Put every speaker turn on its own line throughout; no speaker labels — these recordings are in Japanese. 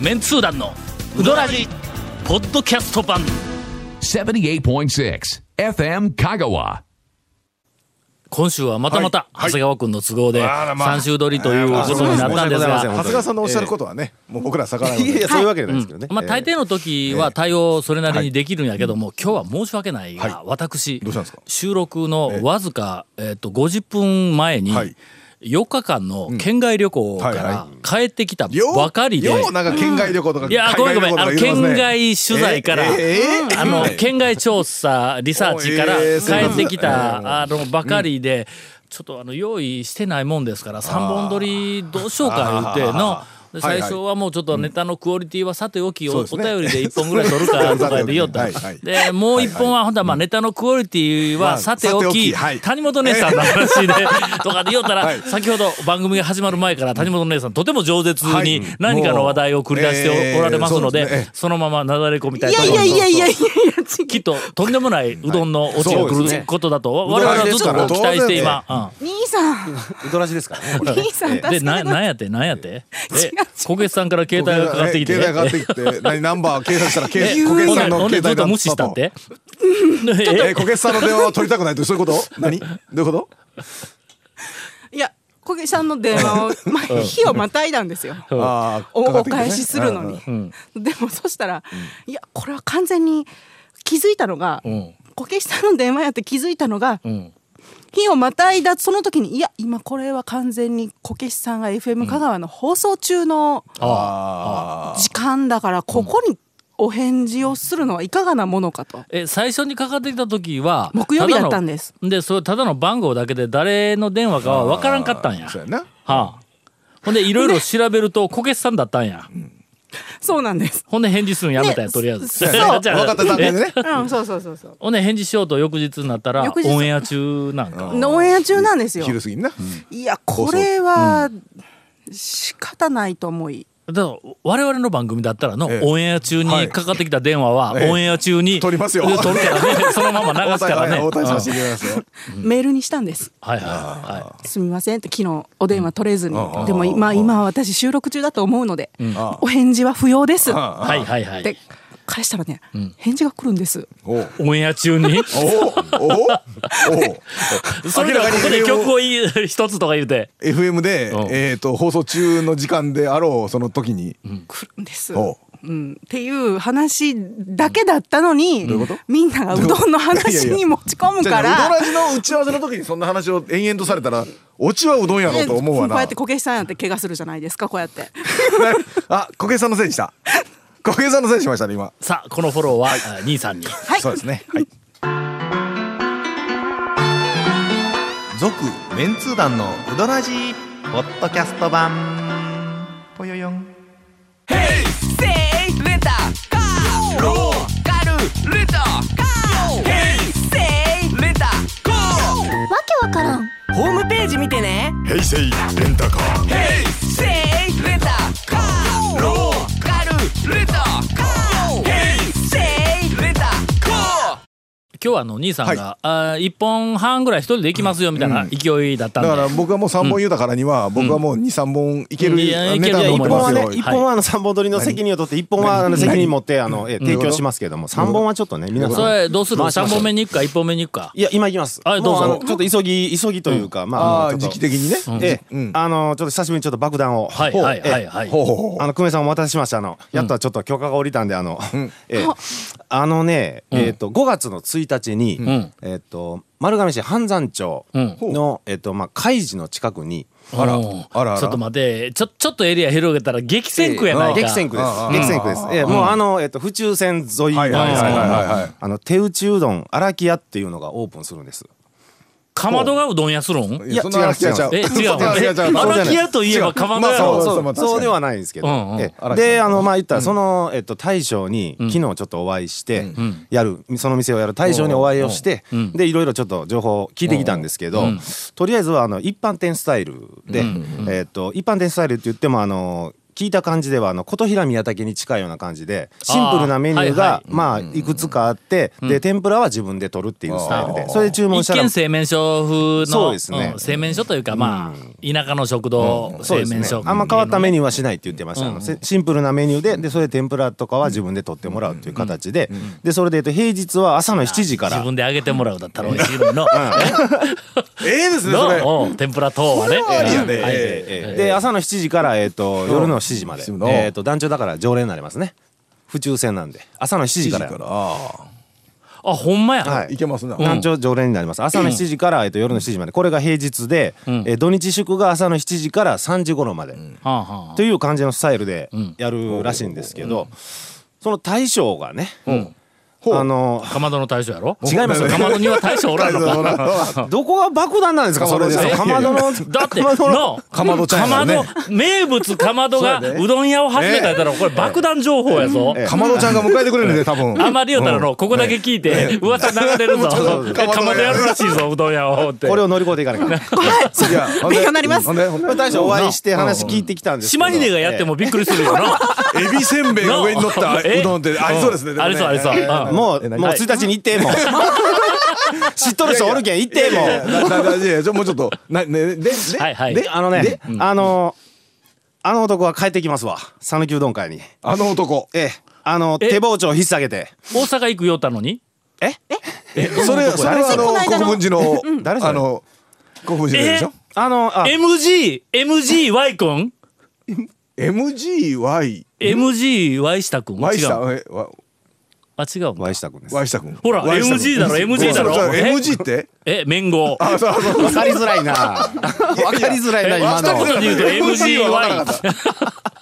メンツー団のウドラジポッドキャスト版
78.6 FM Kagawa.
今週はまたまた
は
長
い
谷川君の都合で
あらまあ
3週撮りということになったんですが
あそうなん
長谷川さんのおっしゃることはね、もう僕ら逆らうの
いやい
で
や、そういうわけじゃないですけどね。
まあ大抵の時は対応それなりにできるんやけども、今日は申し訳ないが、私
うしたんですか
収録のわずか、えっと50分前に、
はい
4日間の県外旅行か
はい
ら
は
帰ってきた
よう
ばかりで、
ようなんか県外旅行とか、
いや、ごめんごめん。あの、県
え
外取材から、あの、県外調査、リサーチから
おえーそう
帰
なんだ
ってきた、あの、ばかりで、ちょっとあの、用意してないもんですから、3本撮りどうしようか言うての
あ、
で
は
最
いはい
初はもうちょっとネタのクオリティはさておき、お
そう
お
です
便
ね
りで1本ぐらい撮るかとかで言おった
はいはい。
で、もう1本は、ほんとはまあネタのクオリティはさておき、
まあさておきはい
谷本姉さんの話で、とかで言おった
は
ら、
い
先ほど番組が始まる前から谷本姉さんとても饒舌に何かの話題を繰り出しておられますの
えーそう
で
ですね、
そのままなだれ込みたい
い
と
や
思い
い
ま
や
す。
いやいやいやいや、
きっととんでもないうどんのオチが
そう
来
です
ることだと我々はずっとこう期待して今。
兄さん、
ウドラジですからね。これ
兄さん、
うんで、
確か
な、
に。
なんやって、なんやって。え、小月さんから携帯がかかってきて。
携帯がか かってきて、何ナンバー検索したら、
え
け小
ほ
池
ん
さん
で
の
ほん
携
で
帯
ずっと無視したって。え
えー、小池さんの電話は取りたくないと、そういうこと何どういうこと
いや、小木さんの電話を、まあ、日をまたいだんですよ。
あー
お
かかっ
お
てきてね
返しするの
うん
に。でも、そしたら、いや、これは完全に気づいたのが、
ん
こけしさんの電話やって気づいたのが、
ん
日をまたいだその時にいや今これは完全にこけしさんが FM 香川の放送中の
あ
時間だからここにお返事をするのはいかがなものかと
え最初にかかってきた時は
木曜日
の
だったんです
でそれただの番号だけで誰の電話かは分からんかったんや
ーそうやな
はあ、ほんでいろいろ調べるとこけしさんだったんや
そうなんです
ほんで返事するのやめたんや、
ね
とりあえず
そ う
じゃあ
分かった段階でね
うんそうそうそうそう
ほんで返事しようと翌日になったら
翌日
オンエア中なんか
オンエア中なんですよ
昼過ぎにない
やこれは仕方ないと思い
だから我々の番組だったらの、
ええ
オンエア中にかかってきた電話は、
いええ
オンエア中に
撮りますよ
え撮るからね そのまま流
大
すからね
谷大谷さん
うん
してきますよ
メールにしたんです
はいはいは
すみませんって昨日お電話取れずに
うん
でも今今は私収録中だと思うのでお返事は不要ですっ
あ
いはいはいはい
て返したらね返事が来るんです
おう
オンエア中に
おうおうお う
それではここで曲をい一つとか言うて。
FM で
うん、
えー、と放送中の時間であろうその時に、
来るんです
おう
うん、っていう話だけだったのに、
どういうこと
みんながうどんの話に持ち込む
じ
か
ゃあ
ら。
うどらじの打ち合わせの時にそんな話を延々とされたらオチはうどんやろうと思うわ
こう
な
やってこけしさんやって怪我するじゃないですかこうや って
あ小池さんのせいにした小池さんのせいにしましたね今
さあこのフォローは、あ兄さんに
はい
そうですねはい
続メンツー団のウドラジポッドキャスト版ぽよよん
今日はあの兄さんが、あ1本半ぐらい一人で行きますよみたいな勢いだったん
だ
で、
から僕はもう3本言うたからには、僕はもう23本いける
うんいやいけ
ネ
る
タだ
一
と思い
本
ま
は
す
ね
よ
一本はあの三本取りの責任を取って一本はあの責任持ってあのえ提供しますけども三本はちょっとね皆さん
それどうする
回しま
3
しょう
本目に行くか1本目に行くか
いや今行きます
はいどうぞ
もあのちょっと急ぎ急ぎというかまあ
あ
あ
あ
のちょ
時
っと
期的にね、
ええ
うん
あのちょっと久しぶりにちょっと爆弾を
はいはいはいはい
ほうほうほう
あの久米さんお待たせしましたあのやっとはちょっと許可が下りたんであの、ええあのね、えっ、と5月の1日に、
ん
えっ、と丸亀市半山町の、えっ、とまあ海事の近くに
あら
あらあら
ちょっと待ってちょちょっとエリア広げたら激戦区やないか、
激戦区です
ああ
激戦区です、ええもうあの、えっと府中線沿いなんですけども
はいはいはいはいはい
あの手打ちうどん荒木屋っていうのがオープンするんです
かまどがうどん屋するん
いや
そんな話
違い
違
ます
ちゃう
え違う
そんな話違うちゃう
え
荒木屋といえば
違う
かまど
ま
や
あ
ろ
そう
そ
そうまあ
うそうではないんですけど、
うんうん
ええ
荒木さん
であのまあ言ったらその、えっと、大将に昨日ちょっとお会いしてやる、その店をやる大将にお会いをして、でいろいろちょっと情報を聞いてきたんですけど、とりあえずはあの一般店スタイルで、えっと一般店スタイルって言ってもあの聞いた感じではあの琴平宮武に近いような感じでシンプルなメニュー
あーは
が
い
まあいくつかあってで天ぷらは自分で取るっていうスタイルでそれで注文し
一
たら
見製麺所風
そ
の
うですね
ん製麺所というかまあ田舎の食堂製
そうです
麺
ね
所
あんま変わった
ニ
メニューはしないって言ってました、あのせシンプルなメニューででそれで天ぷらとかは自分で取ってもらうっていう形ででそれでえっと平日は朝の7時から
自分で揚げてもらうだったら美味しいのにの
ええですね、それ。
のうん天ぷら等はね
ありやね
うんはい
ええええで朝の7時から、えっと夜の7時まで、
うん
えっと団長だから常連になりますね府中線なんで朝の7時から
7時からあ
あほんまや
は
あいけますね。
団長常連になります朝の7時から、えっと夜の7時までこれが平日で、えー土日祝が朝の7時から3時頃まで、
はあはあ
という感じのスタイルでやるらしいんですけど、その大将がね、あの
かまどの大将やろ
違いますよ
かまどには大将おらんのか
どこが爆弾なんですかそれで
そう
す
ですね
かまどの
だって、
かまどの
の、
かまどちゃんやもんね
かまど名物かまどが
そうやで
うどん屋を始めたやったら、これ爆弾情報やぞ。
かまどちゃんが迎えてくれるんで、多分。
あんまり言うたらの、ここだけ聞いて、噂流れるぞ。かまどやるらしいぞ、うどん屋をって。
これを乗り越えていかなきゃいけない
怖いそ
いや、ほんで
勉強になります
ほんでほんで
大将お会いして話聞いてきたんですけど
島にでがやってもびっくりするよな。
エビせんべいが上に乗っ た
え
うどんってありそうですね。で
あ
もね
りそうありそう。
え
うん
もう、もう1日に行ってもう。 知っとる人おるけん行っても
え
う。
なななじゃあもうちょっと、な、ね、で、で、
はいはい。
で、あのね、あの、あの男は帰ってきますわ。讃岐うどん会に。
あの男。
ええ、あの、
え
手包丁引っ提げて。
大阪行くよったのに。
え
それ、それはあ
こ
の、
の間の
国分寺の、
誰それ
あの、国分寺のやつでしょ
あの、あ、
MG、MGY 君
?MGY、
?MGY 下君
ワイ
違
シタ
う。、
えわ
あ、違うんだ
ワイシタ君です。
ワイシタ君。
ほら、
ワイシタ君
MG だろ、MG だろ
そうそう。
え
MG って
え、麺号。
あ、そうそう。
わかりづらいな。わかりづらいな、今
一
の。
言で言うと MGY。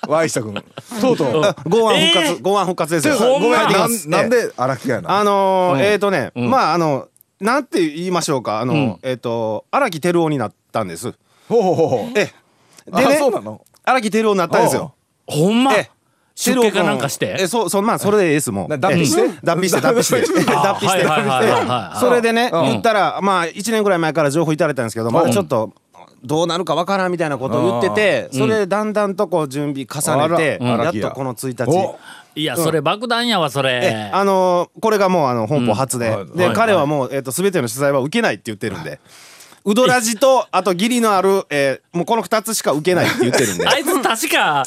ワイシタ君。とうとう。
ご案復
ええ
活、ご案復活ですよ。
ほんま
帰ってき
な
ます
んなん
ええ
で荒木がやな。
あのー、えっとね、まあ、あの、なんて言いましょうか。あの、えっと、荒木照夫になったんです。
ほうほうほうほう。
ええ。で
あ
ね
そうなの、
荒木照夫になったんですよ。
ほんま
ええ
出家かなんかし
テロ
て
君えそうそうまあそれでエースも
な脱皮して
ええ脱皮して脱皮して 脱皮して
はいはいはいはいはい
それでね
うん
言ったらまあ1年ぐらい前から情報いただいたんですけどまだちょっとどうなるかわからんみたいなことを言っててそれでだんだんとこう準備重ねて
あらうん
やっとこの1
お
日
いや、それ爆弾やわ、それ。
あのーこれがもうあの本邦初で
はい
で
はい
彼はもうえっと全ての取材は受けないって言ってるんで。ウドラジとあと義理のある、えーもうこの2つしか受けないって言ってるんで
あいつ確か、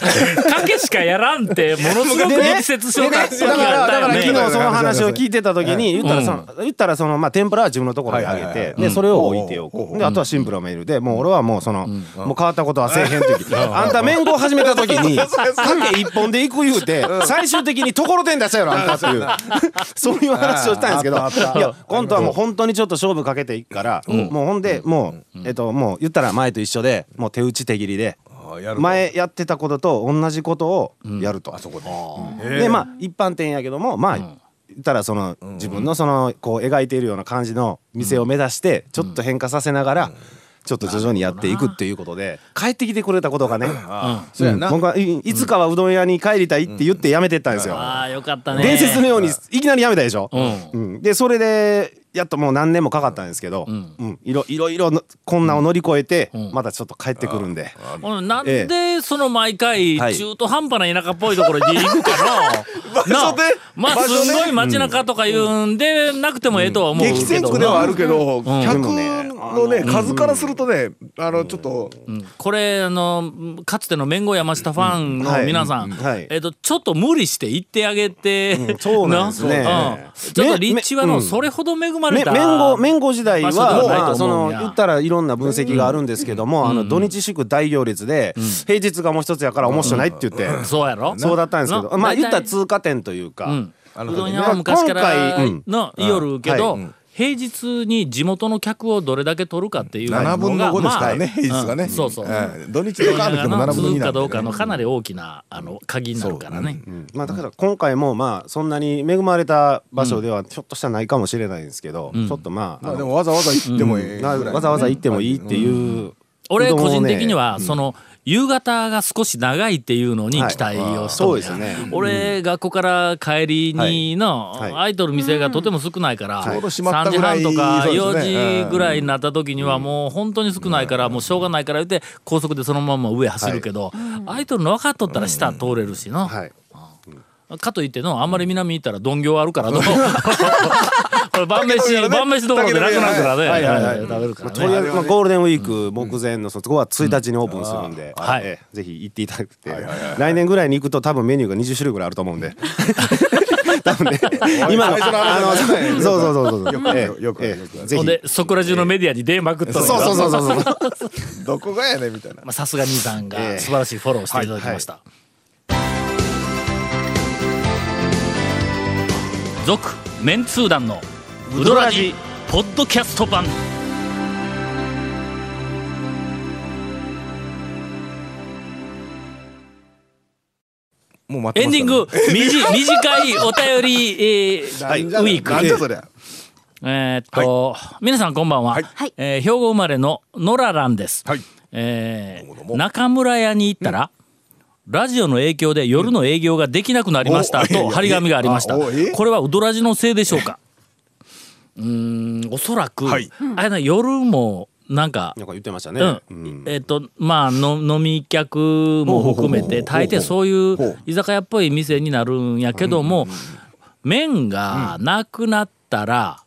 かけしかやらんって、ものすごく
でね
力説書だった
でねだから、だから昨
よね。
日その話を聞いてた時に、言ったらその、言ったらその、まあ、天ぷらは自分のところにあげ
はいはいはい
て
は、い
で、それを置いてお
うん
く。で、あとはシンプルなメールで、もう俺はもうその、もう変わったことはせえへん時、あんた麺を始めた時に、鮭一本で行く言うて、最終的にところてん出したやろ、あんたっていう、そういう話をしたん
あっ
で
た
す
あ
け
っ
ど、いや、今度はもう本当にちょっと勝負かけていくから、もうほんで、もう、えっと、もう言ったら前と一緒で、もう手打ち手切りで、
あやると
前やってたことと同じことをやると、あそこで、でまあ一般店やけどもまあ、言ったらその自分のそのこう描いているような感じの店を目指してちょっと変化させながら、ちょっと徐々にやっていくっていうことで帰ってきてくれたことがね、
そうやな。
僕はいいつかはうどん屋に帰りたいって言って辞めてったんですよ、
ああ、よかったね。
伝説のようにいきなり辞めたでしょ、
うん
うんでそれでやっともう何年もかかったんですけど、うんいろいろいろの困難を乗り越えて、またちょっと帰ってくるんで、
うんなん
え
で、その毎回、
はい
中途半端な田舎っぽいところに行くか のなあまあ、すんごい街中とか言うんで、なくてもええとは思うけどな。
激戦区ではあるけど、客
で
のね、数からするとね、あの、ちょっと、
これあのかつての麺後山下ファンの皆さん、
はいうんはい
えっとちょっと無理して行ってあげて、
そうなんですね
なうんちょっと立地はの
め
それほど恵まれ
め
た
麺後麺後時代は
場所ではない
まあ
と
そ
思うん
の
や
言ったらいろんな分析があるんですけども、あの土日祝大行列で、平日がもう一つやから面白ないって言って、
そうやろ
そうだったんですけど
な
まあ言った
大
ら
体
通過点というか、
うん
あの
うどん屋は昔から
今回うん
の夜けど、
はい
平日に地元の客をどれだけ取るかっていうのが
7分の5ですから
まあ
ね、平日が
う
ね。
んそうそう、
ええ土日とかあるけど7分の
続
2
く
な
か
んで
ど
ね
うかのかなり大きなあの鍵になるからね。
まあだから今回もまあそんなに恵まれた場所ではひょっとしたらないかもしれないんですけど、ちょっとまあ,あ
まあ
の、
でもわざわざ行ってもええぐらいのね。
なわざわざ行ってもいいっていう
俺
うどん
個
をね
人的には、その夕方が少し長いっていうのに期待をしと
そう
る
で
んや
すね
俺学校から帰りにの
はい
アイドル店がとても少ないから
ちょうど閉まっ
3
た
時
ぐらい
半とか
そうですね
4時ぐらいになった時にはもう本当に少ないからもうしょうがないから言って高速でそのまま上走るけどアイドルの分かっとったら下通れるしの
はい
かといってのあんまり南行ったらどん行あるからの これ 晩飯晩飯どころでなくなるからね
はいはいはい
うん食べるか
まあ、
ら
とりあえ
ね
ず、まあ、ゴールデンウィーク目前のそこは1日にオープンするんで、
はい
ええぜひ行っていただくて、来年ぐらいに行くと多分メニューが20種類ぐらいあると思うんで多分ね 今の
最初の話
あのそうそうそうそうそうよ
くよくよく
ぜ
ほん
ひ
でそこら中のメディアに出まくっと
そ
る
うそうそうそうそう
どこがやねんみたいな
まあさすが兄さん
え
が
え
素晴らしいフォローをしていただきました「続、メンツー団のウドラジポッドキャスト版」
もう待って
エン
ま
デ
す
ィングみじ短いお便り、えー
なんじゃ
ウィーク
なんじゃそりゃ
えーっと、皆さんこんばんは、
はい
えー兵庫生まれの野良蘭です、
はい
えー
どうもどうも
中村屋に行ったら、ラジオの影響で夜の営業ができなくなりました、
うん
と
お
張り紙がありました
いやいやあおえ
これはウドラジのせいでしょうかうーんおそらく、
はい
あれな夜もなんか
なんか言ってましたね、
うんえっ、とまあの飲み客も含めて大抵そういう居酒屋っぽい店になるんやけども麺がなくなったら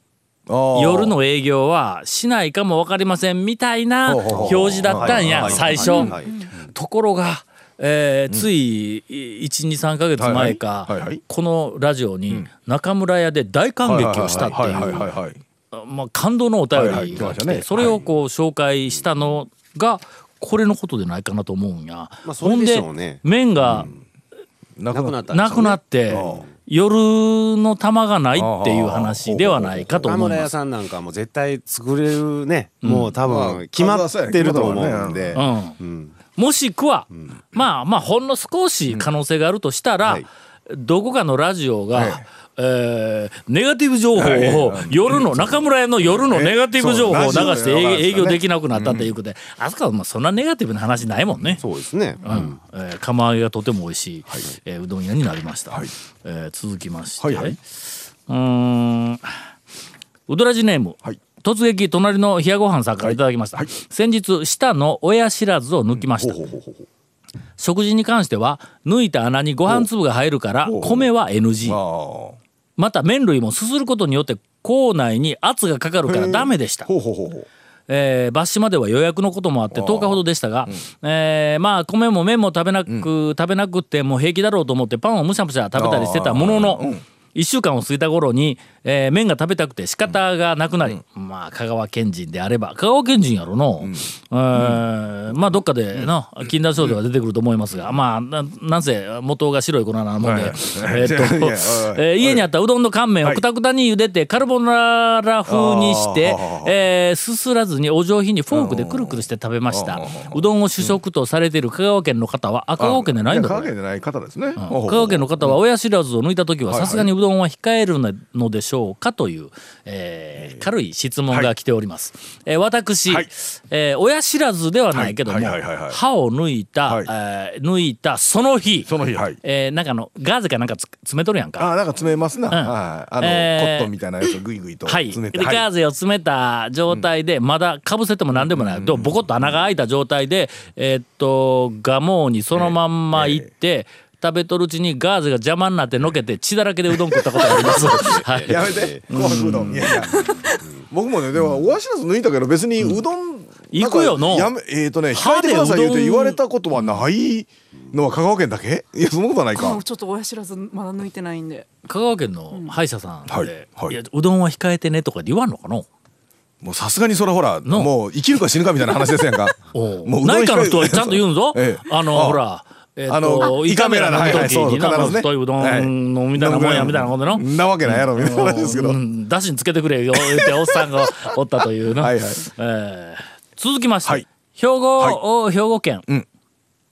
あー
夜の営業はしないかも分かりませんみたいな
ほうほうほう
表示だったんや
はい
最
は
初
いはい
ところがえーつい123ヶ月前か
はいはいはいはい
このラジオに中村屋で大感激をしたって
はいいは
う
いはいはい
まあ、感動のお便
はいはい
り
来ま
が
した
来
ね
てそれをこう紹介したのがこれのことでないかなと思うんや。
まあそれでし
ほ
ょうね
んで麺が
な
なくなったんでしょう
な
ね
くなって夜の玉がないっていう話ではないかと
田
思い
村
ま
屋
す。
さんなんかも絶対作れるね、もう多分決まってると思うんで、
うんもしくは、まあまあほんの少し可能性があるとしたら、
はい
どこかのラジオが、
はい
えーネガティブ情報を夜の中村屋の夜のネガティブ情報を流
そうラ
し
ジ
て
オが
営営業できなくなったということで、あそこはまあそんなネガティブな話ないもんね。
そうですね、
うんえー釜揚げがとても美味しい、えーうどん屋になりました、えー続きまして、
はいはいう
ーんうどらじネーム、
はい
突撃隣の冷やご飯さんからいただきました、先日舌の親知らずを抜きました、食事に関しては抜いた穴にご飯粒が入るから米は NG
あー
また麺類もすすることによって口内に圧がかかるからダメでした
ほうほうほうほう
えー、バッシュまでは予約のこともあって10日ほどでしたが、えーまあ米も麺も食べなく、食べなくても平気だろうと思ってパンをむしゃむしゃ食べたりしてたものの、1週間を過ぎた頃に、えー麺が食べたくて仕方がなくなり、まあ香川県人であれば香川県人やろの、えーまあどっかでな禁断症状が出てくると思いますが、まあななんせ元が白い粉なもんで、
はい
えーっと
いやおい
えー家にあったうどんの乾麺をくたくたに茹でてカルボナーラ風にして、えーすすらずにお上品にフォークでくるくるして食べましたうどんを主食とされている香川県の方はあ香川県でないんだこ
や香川
れ
県じゃない方ですね香
香川県の方は親知らずを抜いた時はさすがにうどんは控えるのでしょうかという、えー軽い質問が来ております、えー私、
はい
えー親知らずではないけども
はいはいはいはいはい
歯を抜いた、
はい
えー抜いたその日
その日はい
えーなんかあのガーゼかなんかつ詰めとるやんか
あーなんか詰めますなはいあのコ
えー
ットンみたいなやつをグイグイと
はい、
詰めて
でガーゼを詰めた状態で、まだかぶせても何でもない、でもボコッと穴が開いた状態で、えーっとガモにそのまんま行って、食べとるうちにガーゼが邪魔になってのけて血だらけでうどん食ったことがあり ます。はい
やめて紅白うどんいやいや僕もねでもお足らず抜いたけど別にうどんなんか
行くよの
やめえっとね控
歯
え
で
て
う
く
どん
ださい言うて言われたことはないのは香川県だけいやそんなことはないか
もうちょっと親知らずまだ抜いてないんで
香川県の歯医者さんで、
はいはい
いやうどんは控えてねとかって言わんのかな
もうさすがにそれほらもう生きるか死ぬかみたいな話ですやんか
おう
もううどん控え。
内科の人はちゃんと言うんぞ
ええ
あの、
あ
ほら。えっと
あの
胃カメラの
はいはい
時に
そう
な、
必ずね
太いうど
はい
んのみたいなもんやみたいなことの。
なわけないやろみたいな話ですけど
うん、だしにつけてくれよ言っておっさんがおったというな
はいはい
えー続きまして、
はい
兵庫、お兵庫県、
ん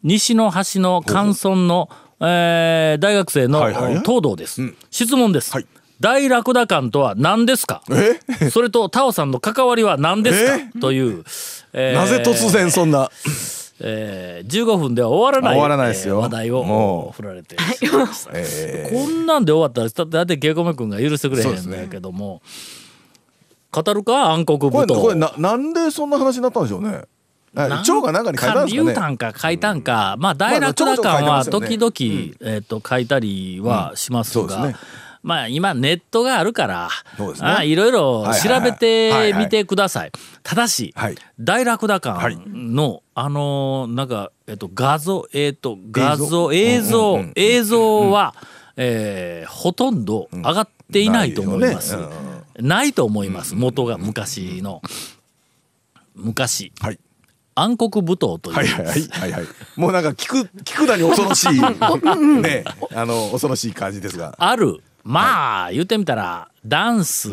西の端の関村の、えー大学生の、
はいはい
東堂です、質問です、
はい
大ラクダ感とは何です かそれとタオさんの関わりは何ですかという、えー
なぜ突然そんな
えー、15分では終わらない
終わらないですよ
えー話題を
も
振られてしまいましたこんなんで終わったらだってだってケイコメ君が許してくれへんんだけども、語るか暗黒
こ
舞
れこれ
踏
ななんでそんな話になったんでしょうね
なん
蝶が何かに書いたんですか
言
ね
うたんか書いたんか、まあ大楽打感は時々、えっ、と書いたりはします
うん
が、
そうですね
まあ今ネットがあるから、
そうですね
あいろいろ調べ
はいはい
て
はい
みてください。ただし、
はい
大楽打感の、あのーなんかえっ、と画像えっ、と画像映像、映像は、えーほとんど上がっていないと思います。
ないよね
ないと思います元が昔の昔
はい
暗黒舞踏という、
はいはいはいはいもうなんか聞く聞くなに恐 ろしいねあの恐ろしい感じですが
あるまあ、言ってみたらダンス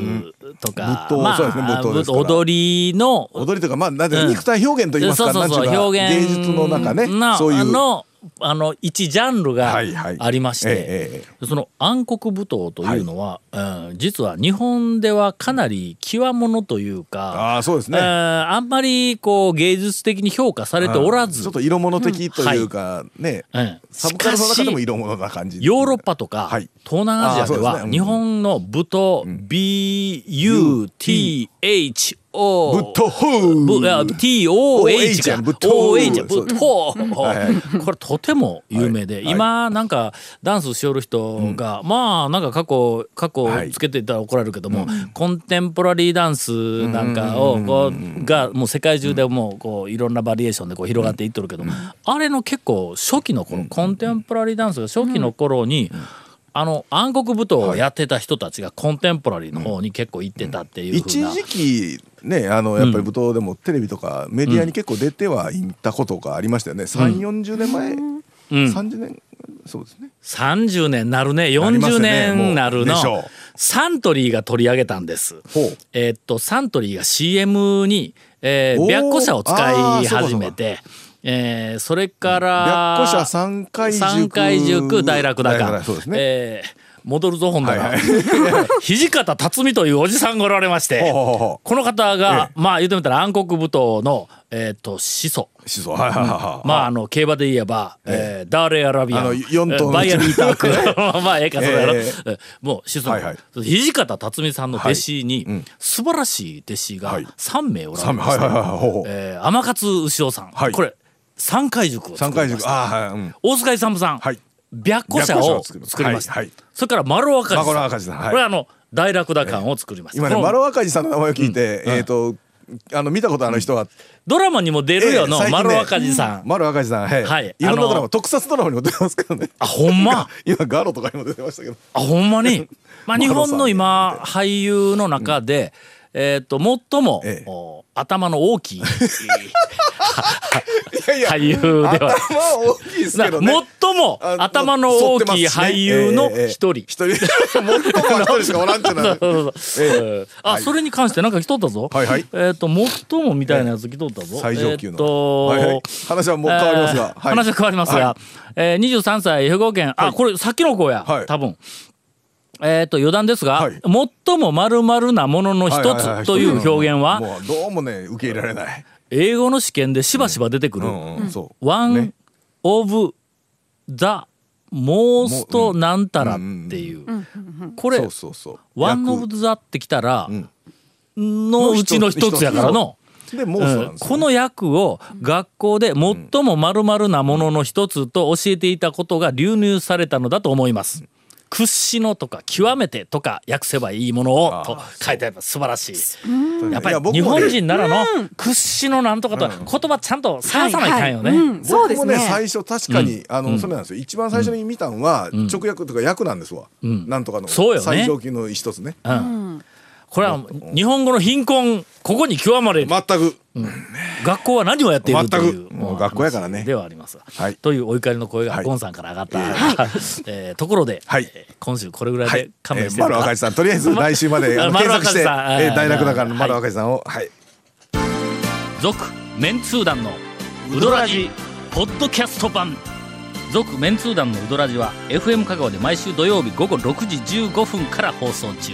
とか、
うん舞踏
まあ
そうですね舞踏ですから
踊りの
踊りとかまあなんて
うん
肉体表現と言います
そう
か
そ
な
うんそう
てい
う
か
表
芸
現
術の中ね
な
そういう
のあの一ジャンルが
はいはい
ありまして、
えええ
その暗黒舞踏というのは、うん実は日本ではかなり際物というか
ああそうです
え
ね
ーあんまりこう芸術的に評価されておらず、
ちょっと色物的というかね
うん
サブカルの中でも
しかし
色物な感じ
ヨーロッパとか
はい
東南アジアで
あーそうです
は
ねうん
日本の舞踏 BUTHO
ぶっとほう
ぶあ TOH か
OH ぶっと
OH ぶっと
はいはい
これとても有名で、
はい
今なんかダンスしよる人が、まあなんか過去過去
はい
つけてたら怒られるけども、コンテンポラリーダンスなんかをこうがもう世界中でもうこういろんなバリエーションでこう広がっていっとるけど、あれの結構初期の頃、コンテンポラリーダンスが初期の頃に、あの暗黒舞踏をやってた人たちがコンテンポラリーの方に結構行ってたっていうふうな、
一時期ねあのやっぱり舞踏でもテレビとかメディアに結構出てはいったことがありましたよね、3 4 0年前、30年そうですね
30年なるね
ります
40
よね
年なるの
もうでしょう
サントリーが取り上げたんです
ほう
えーっとサントリーが CM に、えー
おー
白虎社を使
あ
い
ーそうかそうか
始めてえーそれから
白虎社三回塾
三回塾大楽だ
大
か
楽そうですね
えー戻るぞ本棚、
はい
土方辰巳というおじさんがおられまして
ほうほうほうほう
この方が、
え
まあ言ってみたら暗黒舞踏の、えーっと始祖
思想はいはいはいはい
まあ、あの競馬で言えば、えーダーレーアラビアン
あの四頭のうちの
バイアリーター クまあええかそれやろ、
え
えもう子孫、
はいはい
土方辰巳さんの弟子に、素晴らしい弟子が
はい
3名おられ
三
ま
は
し
いはいはいほうほう
えー天勝牛尾さん、
はい
これ三回塾を
三
作
回
りまし
塾
た
ああはい、うん、
大塚勇さん、
はい
白虎社を作
白虎社を作りました
りました、
はいはい
それから丸若
マコラ
さん
赤字さん、はい
これあの大楽打感を作りました、
今ね
この
マロ赤字さんの名前を聞いて、えっ、とあの見たことある人は、
ドラマにも出るよの、
ええ最近ね
丸若ささん、
マロ赤字さんはい、
はい
いろん
あ
な
の
ドラマ特撮ドラマにも出てますからね
あほんま
今ガロとかにも出てましたけど
あほんまに、 まあ、
マ
日
ロさん
本の今俳優の中で、えー、と最も、
ええ
お頭の大きい
いやいや
俳優では
頭は大きいですけ
な
どね
最も
あの
頭の大きい俳優の一人。
一人最 も一人しかおらんっていうのは
そうそうそうええあ、それに関してなんか来とったぞ。
はいはい
えっ、と最もみたいなやつ来とったぞ。
最上級の
えーと
はいはい話はもう変わりま
え
すが
ー
はい
話 は変わりますが、
は
えー、23歳兵庫県あこれさっきの子や、
はい
多分。えー、と余談ですが、
はい
最もまるなものの一
はいはいはい
つという表現は
もうどうもね受け入れられない
英語の試験でしばしば出てく
う
る
んうんそ
One
ね
of the most なんたらっていうこ
う
れ
そうそうそう
ワンオブザってきたら、のうちの一つやからの。
でもうそう
う
なん
ん
ですよ
この役を学校で最もまるなものの一つと教えていたことが流入されたのだと思います。屈指のとか極めてとか訳せばいいものをと書いてあります素晴らしいやっぱ
い
り
や僕も
日
ね
本人ならの屈指のなんとかと言葉ちゃんと探さないかんよ
はいはい
ね
うんそうです
僕
ね
もね最初確かに、あのそれなんですよ一番最初に見たんは、直訳とか訳なんですわ、なんとかの
そうよね
最上級の一つね
これは日本語の貧困ここに極まれる
全く
学校は何をやっているという
全くもう学校やからね
ではありますが、
はい
というお怒りの声が
はい
ゴンさんから上がった、 えーところで、
はい
えー今週これぐらい
は
で
い、
勘弁して
えー丸赤字さんとりあえず来週まで あの検索して、えー、大楽だからの丸
字
赤字さんをはい
続メンツー団のウドラジポッドキャスト版続メンツー団のウドラジは FM 香川で毎週土曜日午後6時15分から放送中